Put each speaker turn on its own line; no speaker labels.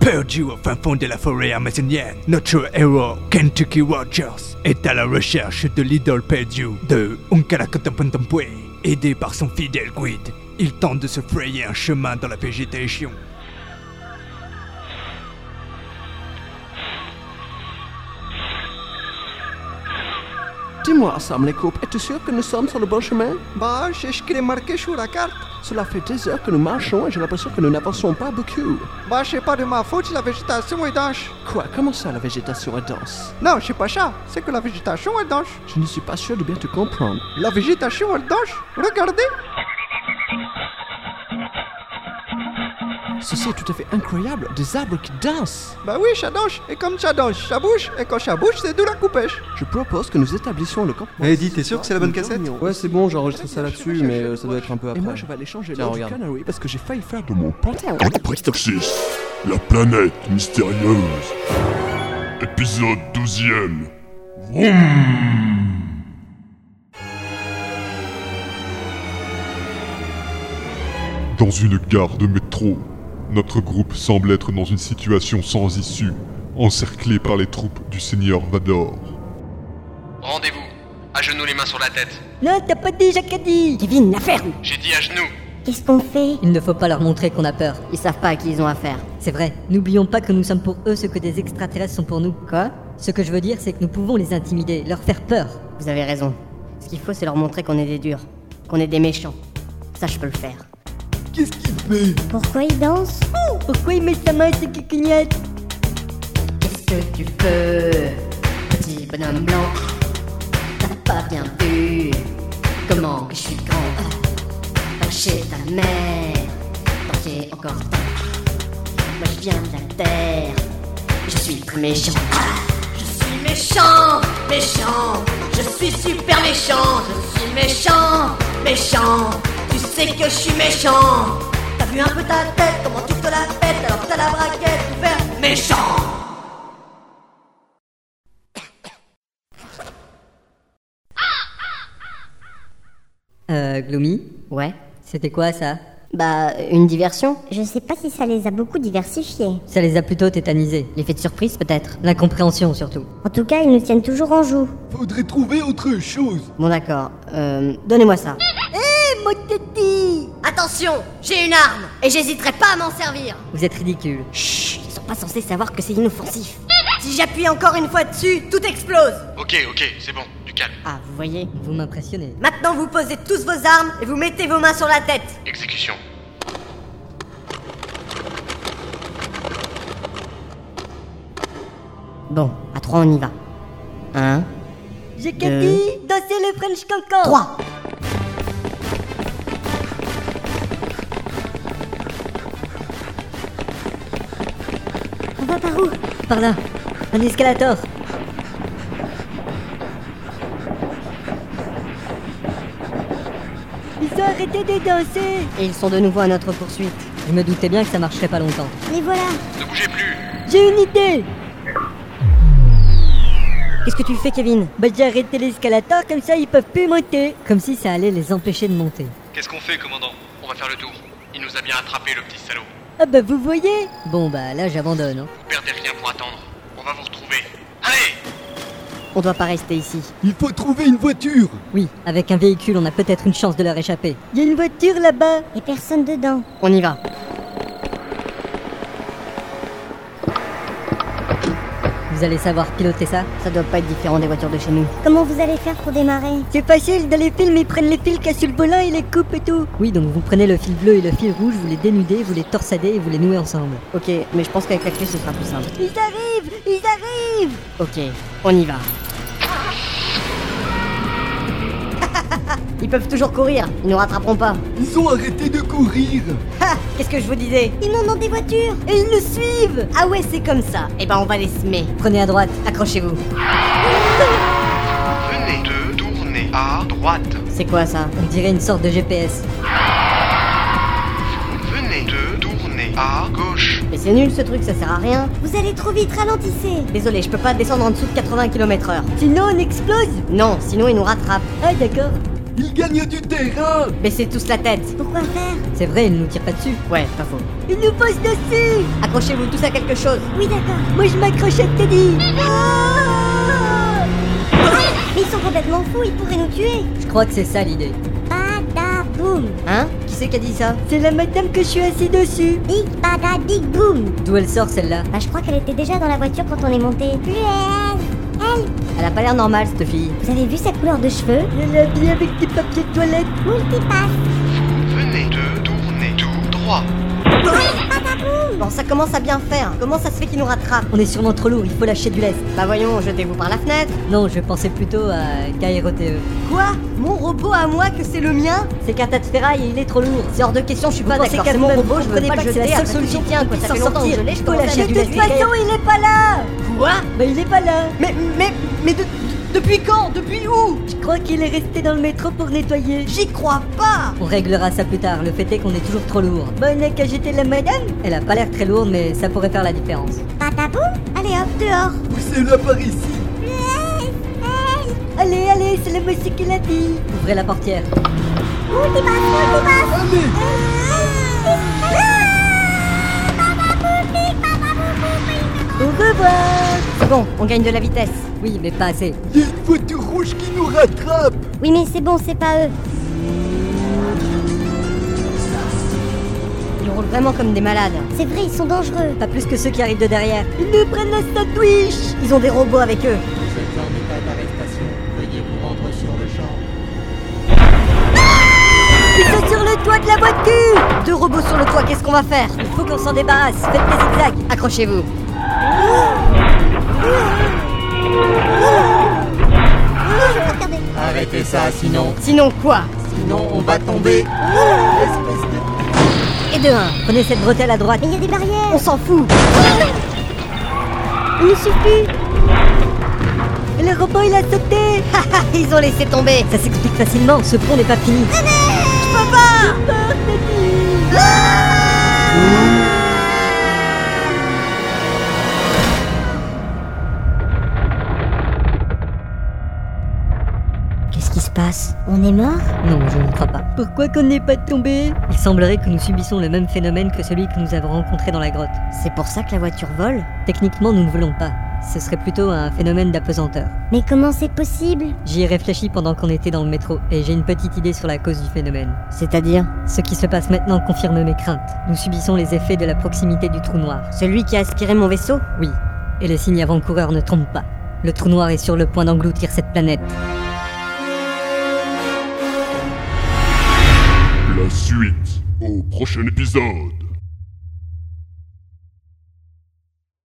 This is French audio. Perdu au fin fond de la forêt amazonienne, notre héros Kentucky Rogers est à la recherche de l'idole perdue de Unkarakatampantampwe. Aidé par son fidèle guide, il tente de se frayer un chemin dans la végétation.
Dis-moi, Sam les coupes, es-tu sûr que nous sommes sur le bon chemin
Bah, c'est ce qu'il est marqué sur la carte.
Cela fait des heures que nous marchons et j'ai l'impression que nous n'avançons pas beaucoup.
Bah, c'est pas de ma faute, la végétation est dense.
Quoi Comment ça, la végétation est dense
Non, c'est pas ça, c'est que la végétation est dense.
Je ne suis pas sûr de bien te comprendre.
La végétation est dense Regardez
Ceci est tout à fait incroyable, des arbres qui dansent
Bah oui, ça danse, et comme ça danse, ça bouge, et quand ça bouge, c'est de la coupèche.
Je propose que nous établissions le campement.
Eh, Eddie, t'es sûr que c'est la bonne cassette
Ouais, c'est bon, j'ai enregistré ça là-dessus, mais euh, ça doit être un peu
Et
après.
moi, je vais aller changer
Tiens,
l'eau du
regarde.
canary parce que j'ai failli faire de
de mon Toxis, la planète mystérieuse. Épisode 12e. Dans une gare de métro, notre groupe semble être dans une situation sans issue, encerclé par les troupes du seigneur Vador.
Rendez-vous. À genoux, les mains sur la tête.
Là, t'as pas déjà qu'à dire
Kevin, la ferme
J'ai dit à genoux.
Qu'est-ce qu'on fait
Il ne faut pas leur montrer qu'on a peur.
Ils savent pas à qui ils ont affaire.
C'est vrai, n'oublions pas que nous sommes pour eux ce que des extraterrestres sont pour nous.
Quoi
Ce que je veux dire, c'est que nous pouvons les intimider, leur faire peur.
Vous avez raison. Ce qu'il faut, c'est leur montrer qu'on est des durs, qu'on est des méchants. Ça, je peux le faire.
Pourquoi il danse
Pourquoi ils mettent la main à ces cucugnettes
Qu'est-ce que tu peux Petit bonhomme blanc, t'as pas bien vu comment que je suis grand. Va chez ta mère, tant qu'il est encore temps. Moi je viens de la terre, je suis très méchant.
Je suis méchant, méchant, je suis super méchant, je suis méchant, méchant, tu sais que je suis méchant. T'as vu un peu ta tête, comment tu te la pètes, alors t'as la braquette ouverte, méchant.
Euh, Gloomy
Ouais.
C'était quoi ça
Bah, une diversion
Je sais pas si ça les a beaucoup diversifiés.
Ça les a plutôt tétanisés.
L'effet de surprise peut-être
L'incompréhension surtout.
En tout cas, ils nous tiennent toujours en joue.
Faudrait trouver autre chose.
Bon d'accord, euh, donnez-moi ça.
Attention, j'ai une arme et j'hésiterai pas à m'en servir.
Vous êtes ridicule.
Chut, ils sont pas censés savoir que c'est inoffensif.
Si j'appuie encore une fois dessus, tout explose.
Ok, ok, c'est bon. Du calme.
Ah, vous voyez
Vous m'impressionnez.
Maintenant, vous posez tous vos armes et vous mettez vos mains sur la tête.
Exécution.
Bon, à trois on y va. Un,
J'ai
qu'à Deux. dire,
danser le French Cancan
trois
On va par où
Par là Un escalator Ils ont arrêté de danser
Et ils sont de nouveau à notre poursuite.
Je me doutais bien que ça marcherait pas longtemps.
Les voilà.
Ne bougez plus.
J'ai une idée
Qu'est-ce que tu fais, Kevin
Bah j'ai arrêté l'escalator, comme ça ils peuvent plus monter Comme si ça allait les empêcher de monter.
Qu'est-ce qu'on fait, commandant On va faire le tour. Il nous a bien attrapé, le petit salaud.
Ah bah vous voyez Bon bah là j'abandonne. hein.
Vous perdez rien pour attendre. On va vous retrouver. Allez
On doit pas rester ici.
Il faut trouver une voiture.
Oui, avec un véhicule on a peut-être une chance de leur échapper. Il y a une voiture là-bas
Et personne dedans.
On y va.
Vous allez savoir piloter ça
Ça doit pas être différent des voitures de chez nous.
Comment vous allez faire pour démarrer
C'est facile, dans les films ils prennent les fils qu'il y a sur le volant, ils les coupent et tout Oui, donc vous prenez le fil bleu et le fil rouge, vous les dénudez, vous les torsadez et vous les nouez ensemble.
Ok, mais je pense qu'avec la clé, ce sera plus simple.
Ils arrivent Ils arrivent
Ok, on y va. Ils peuvent toujours courir, ils nous rattraperont pas.
Ils ont arrêté de courir.
Ah, Qu'est-ce que je vous disais
Ils montent dans des voitures.
Et ils nous suivent Ah ouais, c'est comme ça. Eh ben, on va les semer.
Prenez à droite.
Accrochez-vous.
Venez de tourner à droite.
C'est quoi ça
On dirait une sorte de GPS.
Venez de tourner à gauche.
Mais c'est nul ce truc, ça sert à rien.
Vous allez trop vite, ralentissez.
Désolé, je peux pas descendre en dessous de 80 km/h.
Sinon on explose
Non, sinon ils nous rattrapent.
Ah d'accord
Il gagne du terrain
Baissez tous la tête
Pourquoi faire
C'est vrai, il nous tire pas dessus.
Ouais, pas faux.
Il nous pose dessus
Accrochez-vous tous à quelque chose
Oui, d'accord.
Moi je m'accroche à Teddy
Ah Mais ils sont complètement fous, ils pourraient nous tuer
Je crois que c'est ça l'idée.
Badaboum
Hein Qui c'est qui a dit ça
C'est la madame que je suis assis dessus
Big badadig boum
D'où elle sort celle-là
Bah je crois qu'elle était déjà dans la voiture quand on est monté. Help Help
Elle a pas l'air normale, cette fille.
Vous avez vu sa couleur de cheveux
Elle est habillée avec des papiers de toilette
Multipass
Vous venez de tourner tout droit.
Bon, ça commence à bien faire. Comment ça se fait qu'il nous rattrape
On est sûrement trop lourd, il faut lâcher du lest.
Bah voyons, jetez-vous par la fenêtre.
Non, je pensais plutôt à KROTE.
Quoi Mon robot à moi que c'est le mien
C'est qu'un tas de ferraille et il est trop lourd.
C'est hors de question, je suis
Vous
pas
pensez
d'accord.
qu'à
C'est mon
vous-même,
robot, je
vous
veux
comprenez
pas que je l'ai.
la
après
seule
qu'il
solution
tient, quoi.
pour
Ça
s'en
fait longtemps que
sortir.
je l'ai, je
Faut
commence à
lâcher
faire
du
du
lest.
lest.
il est pas là
Quoi
Bah il est pas là
Mais, mais, mais de- depuis quand Depuis où
Je crois qu'il est resté dans le métro pour nettoyer.
J'y crois pas
On réglera ça plus tard, le fait est qu'on est toujours trop lourd. Bonne à jeter la madame Elle a pas l'air très lourde, mais ça pourrait faire la différence.
Badaboum Allez hop, dehors
Poussez-la par ici
Allez, allez, c'est le monsieur qui l'a dit Ouvrez la portière.
Multipass, multipass
Allez
Ah, Au revoir
C'est bon, on gagne de la vitesse.
Oui, mais pas assez.
Il y a une voiture rouge qui nous rattrape
Oui mais c'est bon, c'est pas eux.
Ils roulent vraiment comme des malades.
C'est vrai, ils sont dangereux.
Pas plus que ceux qui arrivent de derrière.
Ils nous prennent la sandwich Ils ont des robots avec eux.
Ils sont sur le toit de la voiture
Deux robots sur le toit, qu'est-ce qu'on va faire
Il faut qu'on s'en débarrasse, faites des zigzags
Accrochez-vous.
Regardez.
Arrêtez ça, sinon,
Sinon quoi
sinon on va tomber.
Et de un.
Prenez cette bretelle à droite.
Mais il y a des barrières
On s'en fout.
Il ne suffit
Le robot, il a sauté
Ils ont laissé tomber.
Ça s'explique facilement, ce pont n'est pas fini.
Qu'est-ce qui se passe On est mort
Non, je ne crois pas. Pourquoi qu'on n'est pas tombé Il semblerait que nous subissons le même phénomène que celui que nous avons rencontré dans la grotte.
C'est pour ça que la voiture vole
Techniquement, nous ne volons pas. Ce serait plutôt un phénomène d'apesanteur.
Mais comment c'est possible
J'y ai réfléchi pendant qu'on était dans le métro et j'ai une petite idée sur la cause du phénomène.
C'est-à-dire
Ce qui se passe maintenant confirme mes craintes. Nous subissons les effets de la proximité du trou noir.
Celui qui a aspiré mon vaisseau
Oui, et les signes avant-coureurs ne trompent pas. Le trou noir est sur le point d'engloutir cette planète.
La suite au prochain épisode.